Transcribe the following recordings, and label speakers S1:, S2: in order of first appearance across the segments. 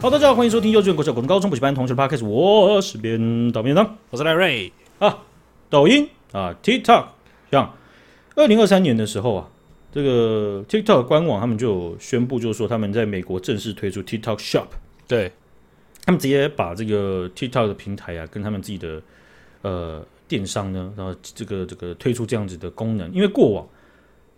S1: 好，大家好，欢迎收听幼稚园、国小、国中、高中补习班同学的 podcast，我是编导编当
S2: 我是赖瑞。
S1: 啊，抖音啊，TikTok，像二零二三年的时候啊，这个 TikTok 官网他们就有宣布，就是说他们在美国正式推出 TikTok Shop，
S2: 对，
S1: 他们直接把这个 TikTok 的平台啊，跟他们自己的呃电商呢，然后这个这个推出这样子的功能，因为过往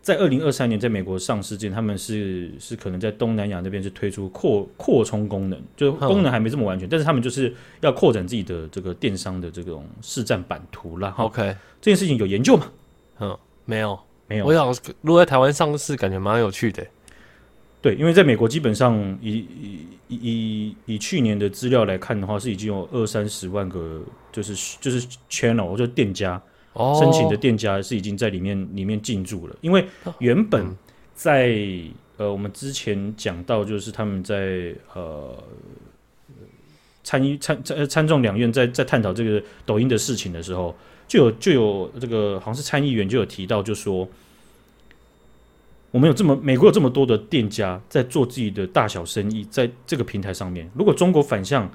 S1: 在二零二三年在美国上市之前，他们是是可能在东南亚那边是推出扩扩充功能，就是功能还没这么完全，但是他们就是要扩展自己的这个电商的这种市占版图啦。哈，
S2: OK，
S1: 这件事情有研究吗？
S2: 嗯，没有，
S1: 没有
S2: 我。想如果在台湾上市，感觉蛮有趣的。
S1: 对，因为在美国基本上以以以以以去年的资料来看的话，是已经有二三十万个，就是就是 channel 就是店家
S2: 哦，
S1: 申请的店家是已经在里面里面进驻了，因为原本在、呃我们之前讲到，就是他们在呃参议参参呃参众两院在在探讨这个抖音的事情的时候，就有就有这个好像是参议员就有提到，就说我们有这么美国有这么多的店家在做自己的大小生意，在这个平台上面，如果中国反向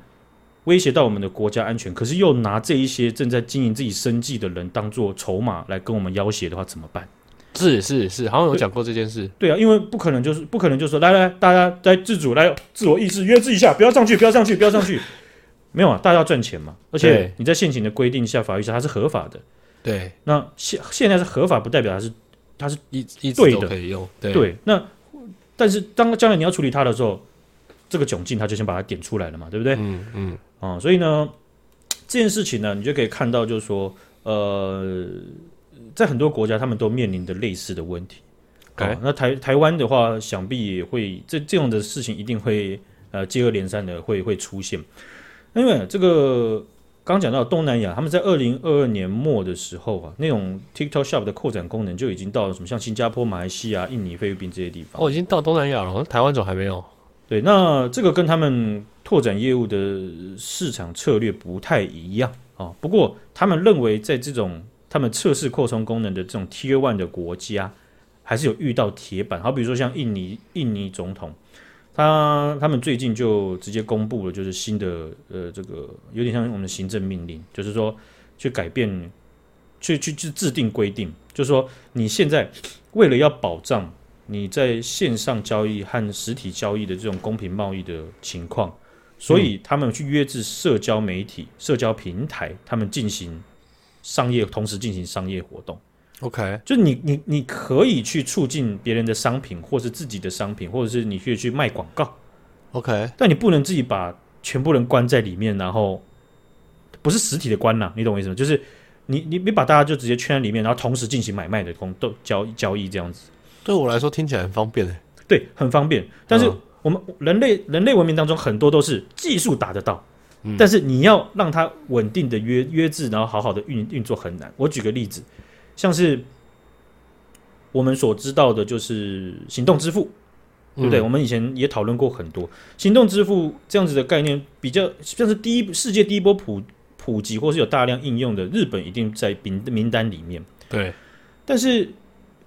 S1: 威胁到我们的国家安全，可是又拿这一些正在经营自己生计的人当做筹码来跟我们要挟的话，怎么办？
S2: 是是是，好像有讲过这件事。
S1: 对啊，因为不可能就是不可能就说来来，大家来自主来自我意识约制一下，不要上去，不要上去，不要上去。没有啊，大家要赚钱嘛，而且
S2: 对
S1: 你在现行的规定下、法律下，它是合法的。
S2: 对，
S1: 那现现在是合法，不代表它是
S2: 一一
S1: 对
S2: 直都
S1: 的
S2: 可以用。对
S1: 对，那但是当将来你要处理它的时候，这个窘境它就先把它点出来了嘛，对不对？
S2: 嗯嗯，
S1: 啊、所以呢，这件事情呢，你就可以看到，就是说，呃，在很多国家，他们都面临的类似的问题。
S2: OK
S1: 哦那台台湾的话，想必也会这这样的事情一定会呃接二连三的会会出现，因为这个刚讲到东南亚，他们在二零二二年末的时候啊，那种 TikTok Shop 的扩展功能就已经到了什么像新加坡、马来西亚、印尼、菲律宾这些地方。
S2: 哦我已经到东南亚了，好像台湾总还没有。
S1: 对，那这个跟他们拓展业务的市场策略不太一样哦。不过他们认为，在这种他们测试扩充功能的这种 Tier One 的国家，还是有遇到铁板。好，比如说像印尼，印尼总统他他们最近就直接公布了，就是新的呃，这个有点像我们的行政命令，就是说去改变，去去去制定规定，就是说你现在为了要保障你在线上交易和实体交易的这种公平贸易的情况，所以他们去约制社交媒体、社交平台，他们进行商业，同时进行商业活动。
S2: OK，
S1: 就你你你可以去促进别人的商品，或是自己的商品，或者是你去去卖广告，
S2: OK，
S1: 但你不能自己把全部人关在里面，然后不是实体的关啦、你懂我意思吗？就是你你你把大家就直接圈在里面，然后同时进行买卖的工都交交易这样子。
S2: 对我来说听起来很方便欸诶。
S1: 对，很方便。但是
S2: 嗯
S1: 我们人类人类文明当中很多都是技术达得到，
S2: 嗯
S1: 但是你要让它稳定的约约制，然后好好的运运作很难。我举个例子，像是我们所知道的就是行动支付，对不对？
S2: 嗯
S1: 我们以前也讨论过很多行动支付这样子的概念，比较像是第一世界第一波普普及或是有大量应用的，日本一定在名名单里面。
S2: 对，
S1: 但是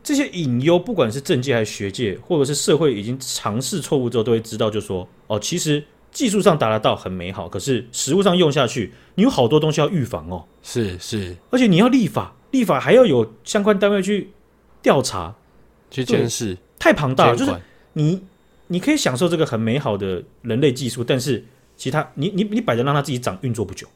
S1: 这些隐忧，不管是政界还是学界，或者是社会，已经尝试错误之后，都会知道，就说哦，其实技术上达得到很美好，可是实物上用下去，你有好多东西要预防哦，
S2: 是是，
S1: 而且你要立法，立法还要有相关单位去调查，
S2: 去监视、
S1: 太庞大了。就
S2: 监
S1: 是
S2: 管。
S1: 你你可以享受这个很美好的人类技术，但是其他你你你摆着让它自己长，运作不久。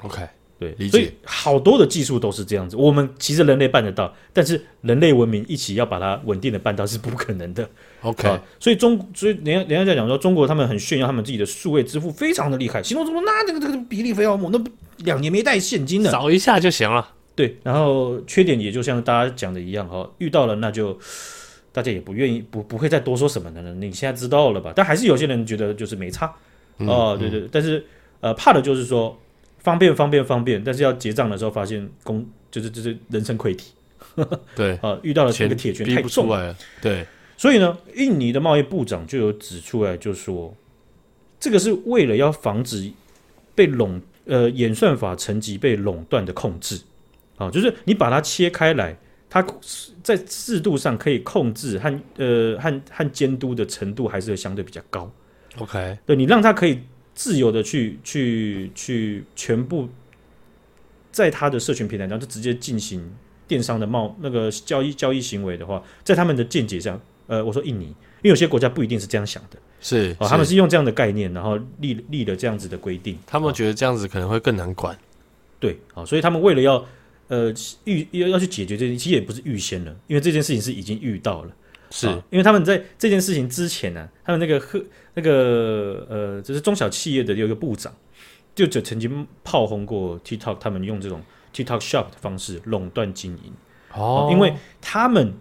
S2: OK，
S1: 对，
S2: 理解
S1: 所以好多的技术都是这样子。我们其实人类办得到，但是人类文明一起要把它稳定的办到是不可能的。
S2: OK，
S1: 啊所以中，所以人家人家在讲说，中国他们很炫耀他们自己的数位支付非常的厉害，行动支付那这个这个比例非常猛，那不两年没带现金的。
S2: 扫一下就行了。
S1: 对，然后缺点也就像大家讲的一样哈、遇到了那就大家也不愿意不不会再多说什么的了。你现在知道了吧？但还是有些人觉得就是没差。
S2: 嗯
S1: 哦，对对，但是呃，怕的就是说方便方便方便，但是要结账的时候发现公就是就是人生溃体
S2: 对，
S1: 啊、遇到了这
S2: 钱
S1: 个铁拳
S2: 逼
S1: 太
S2: 不
S1: 重
S2: 出，啊来了。对，
S1: 所以呢，印尼的贸易部长就有指出来，就说这个是为了要防止被垄呃演算法层级被垄断的控制啊，就是你把它切开来，它在制度上可以控制和呃和和监督的程度还是相对比较高。
S2: ，OK，
S1: 对你让他可以自由的去去去全部在他的社群平台上就直接进行电商的贸那个交易交易行为的话，在他们的见解上，呃，我说印尼，因为有些国家不一定是这样想的，
S2: 是
S1: 哦，他们是用这样的概念，然后立立了这样子的规定，
S2: 他们觉得这样子可能会更难管，
S1: 对，好，所以他们为了要呃预要要去解决这，其实也不是预先了，因为这件事情是已经遇到了。
S2: 是
S1: 啊因为他们在这件事情之前呢、他们那个赫那个呃，就是中小企业的有一个部长，就就曾经炮轰过 TikTok，他们用这种 TikTok Shop 的方式垄断经营，
S2: 哦，
S1: 因为他们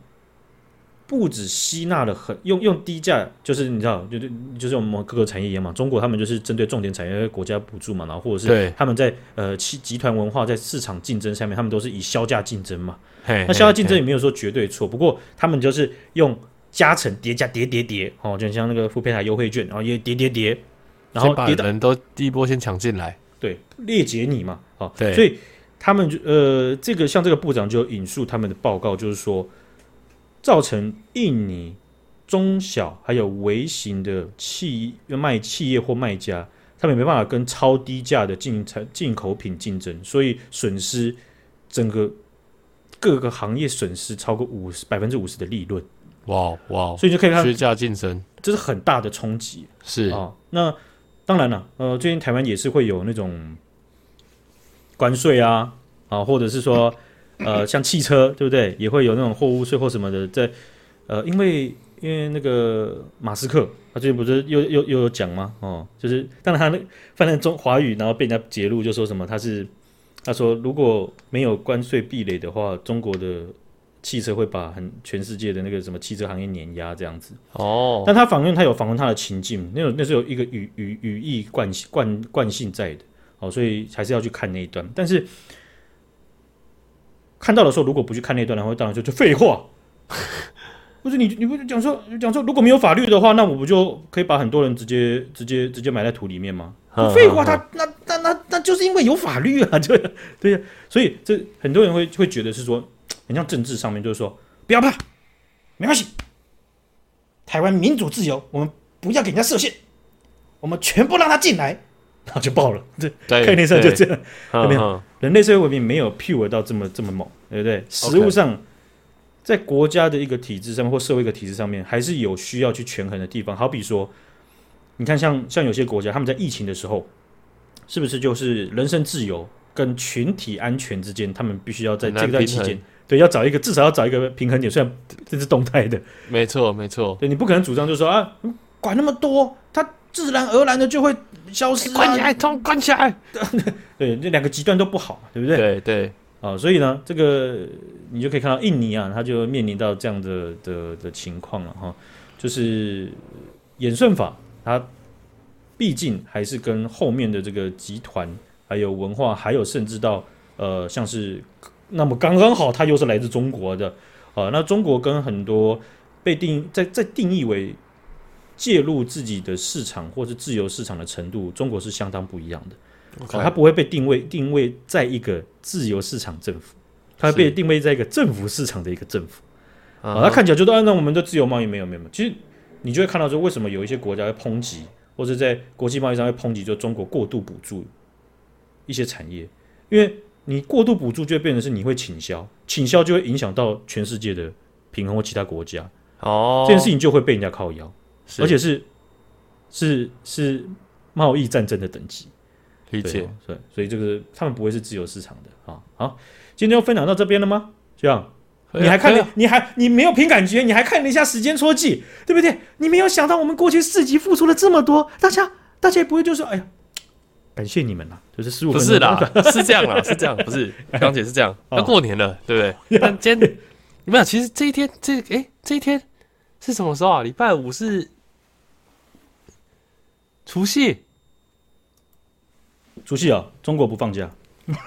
S1: 不止吸纳了很用用低价，就是你知道，就是就是我们各个产业一样嘛，中国他们就是针对重点产业国家补助嘛，然后或者是
S2: 对，
S1: 他们在呃企集团文化在市场竞争下面，他们都是以销价竞争嘛。
S2: 嘿
S1: 那销价竞争
S2: 嘿
S1: 也没有说绝对错，不过他们就是用加成叠加叠叠叠哦，就很像那个副平台优惠券，然后也叠叠叠，然后
S2: 先把
S1: 叠到
S2: 人都第一波先抢进来，
S1: 对裂解你嘛，哦，
S2: 对
S1: 所以他们就呃，这个像这个部长就引述他们的报告，就是说造成印尼中小还有微型的企卖企业或卖家，他们也没办法跟超低价的进产进口品竞争，所以损失整个。各个行业损失超过五十百分之五十的利润，
S2: 哇哦哇哦，
S1: 所以你就可以看，
S2: 削价竞争
S1: 这是很大的冲击
S2: 是
S1: 啊、哦那当然了，呃，最近台湾也是会有那种关税啊，啊，或者是说，呃，像汽车，对不对？也会有那种货物税或什么的，在呃，因为因为那个马斯克，他最近不是又又又有讲吗？哦，就是当然他那翻成中华语，然后被人家揭露，就说什么他是他说如果没有关税壁垒的话，中国的汽车会把很全世界的那个什么汽车行业碾压这样子。
S2: 哦，
S1: 但他访问他有访问他的情境，那种那是有一个语语语义惯性惯惯性在的，哦，所以还是要去看那一段。但是看到的时候，如果不去看那一段的话，当然就就废话。不是你，你不是讲说讲说，如果没有法律的话，那我不就可以把很多人直接直接直接埋在土里面吗？
S2: 嗯
S1: 废话，
S2: 嗯
S1: 他那那那那就是因为有法律啊， 对对呀、所以这很多人会会觉得是说，很像政治上面就是说，不要怕，没关系，台湾民主自由，我们不要给人家设限，我们全部让他进来，然后就爆了。这
S2: 对
S1: 概念上就
S2: 哎对
S1: 这样，
S2: 嗯
S1: 有没有
S2: 嗯
S1: 人类社会文明没有 pure 到这么这么猛，对不对？实物上。在国家的一个体制上面，或社会一个体制上面，还是有需要去权衡的地方。好比说，你看像像有些国家，他们在疫情的时候，是不是就是人身自由跟群体安全之间，他们必须要在
S2: 很
S1: 这
S2: 难
S1: 段
S2: 平
S1: 期
S2: 衡
S1: 间，对，要找一个至少要找一个平衡点。虽然啊嗯这是动态的，
S2: 没错没错，
S1: 对你不可能主张就说啊，管那么多，它自然而然的就会消失、
S2: 哎关起
S1: 啊。
S2: 来，通关起来，
S1: 对，这两个极端都不好嘛，对不对？
S2: 对对，
S1: 啊，所以呢，这个你就可以看到印尼啊，它就面临到这样的的的情况了哈，就是演算法它毕竟还是跟后面的这个集团，还有文化，还有甚至到呃像是那么刚刚好，它又是来自中国的啊，那中国跟很多被定在在定义为介入自己的市场或是自由市场的程度，中国是相当不一样的。哦，它
S2: 看
S1: 不会被定位定位在一个自由市场政府，它会被
S2: 是
S1: 定位在一个政府市场的一个政府。啊、
S2: 嗯
S1: 它看起来就说，啊，那我们的自由贸易没有没有没有。其实你就会看到说，为什么有一些国家会抨击，或者在国际贸易上会抨击，就中国过度补助一些产业，因为你过度补助就会变成是你会倾销，倾销就会影响到全世界的平衡或其他国家，
S2: 哦，
S1: 这件事情就会被人家靠腰，
S2: 是
S1: 而且是是是贸易战争的等级。
S2: 理
S1: 对
S2: 解
S1: 哦，对，所以这个他们不会是自由市场的啊。好，今天就分享到这边了吗？这样，你还看
S2: 可以
S1: 了
S2: 啊，
S1: 你还你没有凭感觉，你还看了一下时间戳记，对不对？你没有想到我们过去四集付出了这么多，大家大家也不会就说，哎呀，感谢你们啦，就是十五
S2: 不
S1: 分钟
S2: 是啦，是这样啦，是这样，不 是刚姐是这样，
S1: 哦
S2: 要过年了，对 不对？但今天没有，其实这一天，这哎这一天是什么时候啊？礼拜五是除夕，
S1: 除夕啊，中国不放假，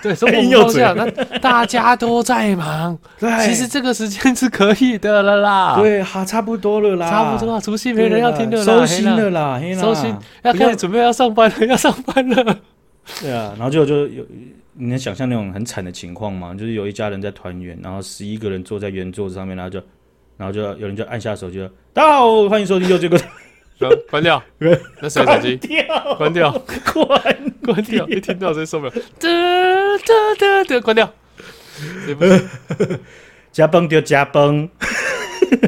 S2: 对，中国
S1: 硬
S2: 不
S1: 要
S2: 放假，那大家都在 忙，
S1: 对
S2: 其实这个时间是可以的了啦，，
S1: 对，哈，差不多了啦，
S2: 啊差不多，啊，除夕没人要听的啦，
S1: 收心
S2: 嘿啦
S1: 了啦，嘿啦
S2: 收心，要
S1: 不要
S2: 开始准备要上班了， 要上班了。
S1: 对啊，然后就就有你能想象那种很惨的情况吗？就是有一家人在团圆，然后十一个人坐在圆桌子上面，然后就然后就有人就按下手机了，大家好，欢迎收听又这个
S2: 关关 掉，那谁的手机？
S1: 掉，
S2: 关掉，
S1: 关
S2: 关掉！ 一听到这受不了，得得得得，关掉。也不
S1: 加崩就加崩，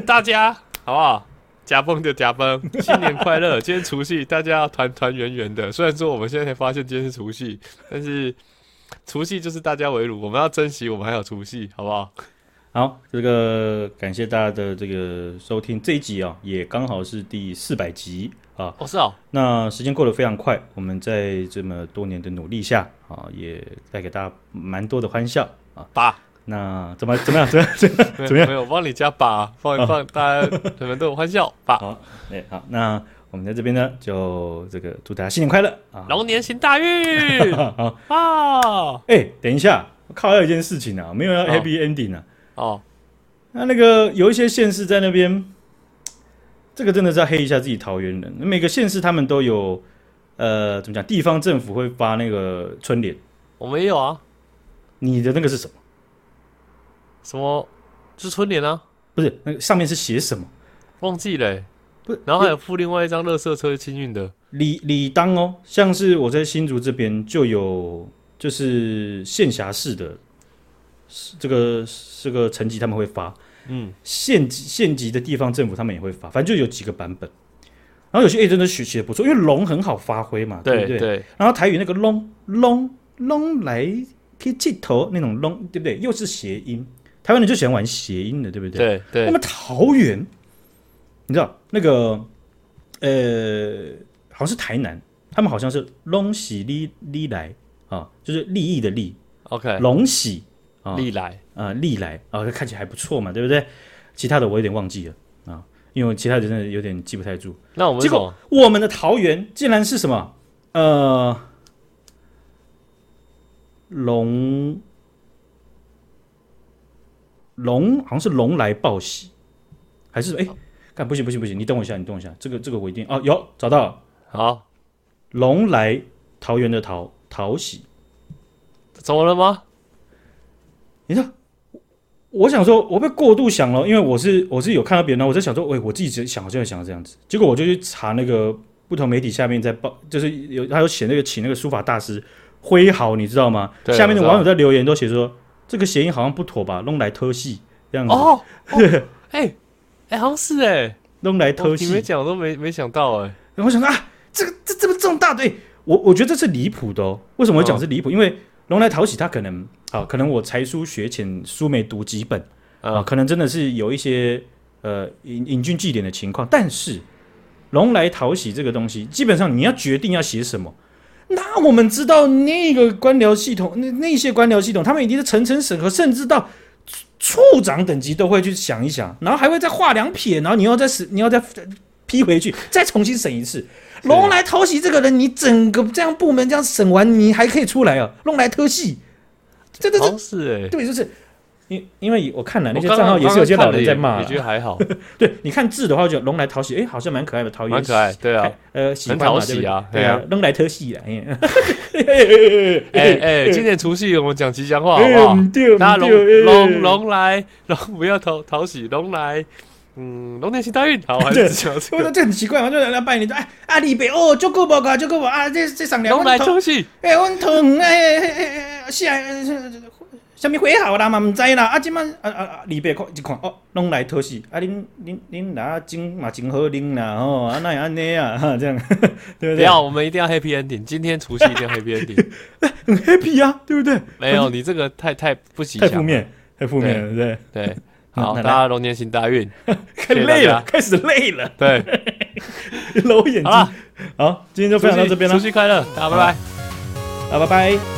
S2: 大家好不好？夹崩就夹 崩，新年快乐！今天除夕，大家要团团圆圆的。虽然说我们现在才发现今天是除夕，但是除夕就是大家围炉，我们要珍惜我们还有除夕，好不好？
S1: 好，这个感谢大家的这个收听，这一集啊、也刚好是第四百集啊。
S2: 哦，是哦，
S1: 那时间过得非常快，我们在这么多年的努力下啊，也带给大家蛮多的欢笑啊。
S2: 爸，
S1: 那怎么怎么样？怎么样？ 怎
S2: 没有
S1: 么样？怎么样啊
S2: 没有，我帮你加把，放一放，大家你们都有欢 笑吧。
S1: 好，哎，好，那我们在这边呢，把就这个祝大家新年快乐啊！
S2: 龙年行大 运
S1: 好，
S2: 啊！
S1: 哎、等一下，我靠，还有一件事情啊，没有要
S2: 好
S1: happy ending 啊。
S2: 哦，
S1: 那那个有一些县市在那边，这个真的是要黑一下自己桃园人。每个县市他们都有，呃，怎么讲？地方政府会发那个春联，
S2: 我们也有啊，
S1: 你的那个是什么？
S2: 什么就是春联啊，
S1: 不是，那个上面是写什么？
S2: 忘记了欸、
S1: 不是
S2: 然后还有附另外一张垃圾车清运的，
S1: 理理当哦，像是我在新竹这边就有，就是县辖市的是这个这个层级他们会发，
S2: 嗯，
S1: 县级县级的地方政府他们也会发，反正就有几个版本。然后有些 A 真的写写的不错，因为龙很好发挥嘛，对
S2: 对
S1: 不对？
S2: 对，
S1: 然后台语那个龙龙龙来可以剃头那种龙，对不对？又是谐音，台湾人就喜欢玩谐音的，对不对？
S2: 对
S1: 那
S2: 对，
S1: 么桃园，你知道那个呃，好像是台南，他们好像是龙喜利利来啊，就是利益的利，
S2: ，OK，
S1: 龙喜啊
S2: 历来
S1: 啊利来啊，看起来还不错嘛，对不对？其他的我有点忘记了啊，因为其他的真的有点记不太住。
S2: 那我们
S1: 结
S2: 是什
S1: 果
S2: 么？
S1: 我们的桃园竟然是什么？呃，龙龙好像是龙来报喜，还是哎？看不行不行不行，你等我一下，你等我一下，这个这个我一定哦，有找到了
S2: 好，
S1: 龙来桃园的桃桃喜，
S2: 怎么了吗？
S1: 你知道？我想说，我被过度想了，因为我是我是有看到别人，然后我在想说，喂，我自己想好像也想这样子，结果我就去查那个不同媒体下面在报，就是有他有写那个请那个书法大师挥毫，你知道吗？
S2: 对
S1: 下面的
S2: 我知道
S1: 网友在留言都写说，这个谐音好像不妥吧，弄来特戏这样子，
S2: 哦，哦 哎哎，好像是哎，
S1: 弄来
S2: 我
S1: 特
S2: 你没
S1: 戏。
S2: 讲我都没没想到哎，
S1: 然后我想说啊，这个这这么这么大对我我觉得这是离谱的哦。为什么我讲是离谱？因为龙来讨喜他可能啊，可能我才疏学浅，书没读几本。啊，
S2: 啊，
S1: 可能真的是有一些呃引引经据典的情况，但是龙来讨喜这个东西，基本上你要决定要写什么。那我们知道那个官僚系统，那那些官僚系统，他们一定是层层审核，甚至到处处长等级都会去想一想，然后还会再画两撇，然后你要再是你要再批回去，再重新审一次。龙来讨喜这个人，你整个这样部门这样审完，你还可以出来啊？龙来特系，这这
S2: 好
S1: 这
S2: 像是
S1: 对，就是因因为我看了
S2: 哎，
S1: 那些
S2: 我刚
S1: 账号
S2: 刚
S1: 也是有些
S2: 刚刚
S1: 老人
S2: 看了
S1: 在骂
S2: 也
S1: 啊
S2: 也。觉得还好，
S1: 对，你看字的话，就龙来讨喜，哎，好像蛮可爱的，桃园
S2: 蛮可爱，对啊
S1: 哎。呃，喜欢
S2: 很
S1: 嘛
S2: 讨喜啊
S1: 对不对
S2: 对
S1: 对啊，龙来特喜啊，
S2: 哎
S1: 哎，
S2: 哎，今年除夕我们讲吉祥话好不好？
S1: 嗯，对，
S2: 大家
S1: 嗯
S2: 龙
S1: 对
S2: 龙，龙来，龙不要讨讨喜，龙来，嗯，龙年行大运。好，我还是讲这
S1: 我 说
S2: 个，
S1: 这很奇怪嘛，就来来拜年，哎，阿里北哦，就够报告，就够报啊，这这上两
S2: 龙来讨喜，
S1: 哎，我疼哎哎哎哎，是啊，什么回好啦嘛，唔知啦，啊，即摆啊啊啊，李白看一看哦，拢来讨喜，啊，恁恁恁哪真嘛真好啉啦吼，啊那安尼啊，哈这样对不
S2: 不
S1: 对？
S2: 要，我们一定要 happy ending。今天除夕一定要 happy ending。
S1: 很 happy 啊，对不对？
S2: 没有，你这个太太不吉
S1: 太负
S2: 祥。
S1: 面，太负面了，对
S2: 对，
S1: 那
S2: 好，
S1: 那
S2: 大家龙年行大运。
S1: 不
S2: 谢
S1: 对？开
S2: 谢
S1: 始
S2: 大
S1: 累了
S2: 家，
S1: 开始累了，
S2: 对，
S1: 揉眼
S2: 好了
S1: 睛。好，今天就
S2: 除
S1: 分享到
S2: 夕
S1: 这边了
S2: 除，夕快乐，大家拜拜。
S1: 好，拜拜。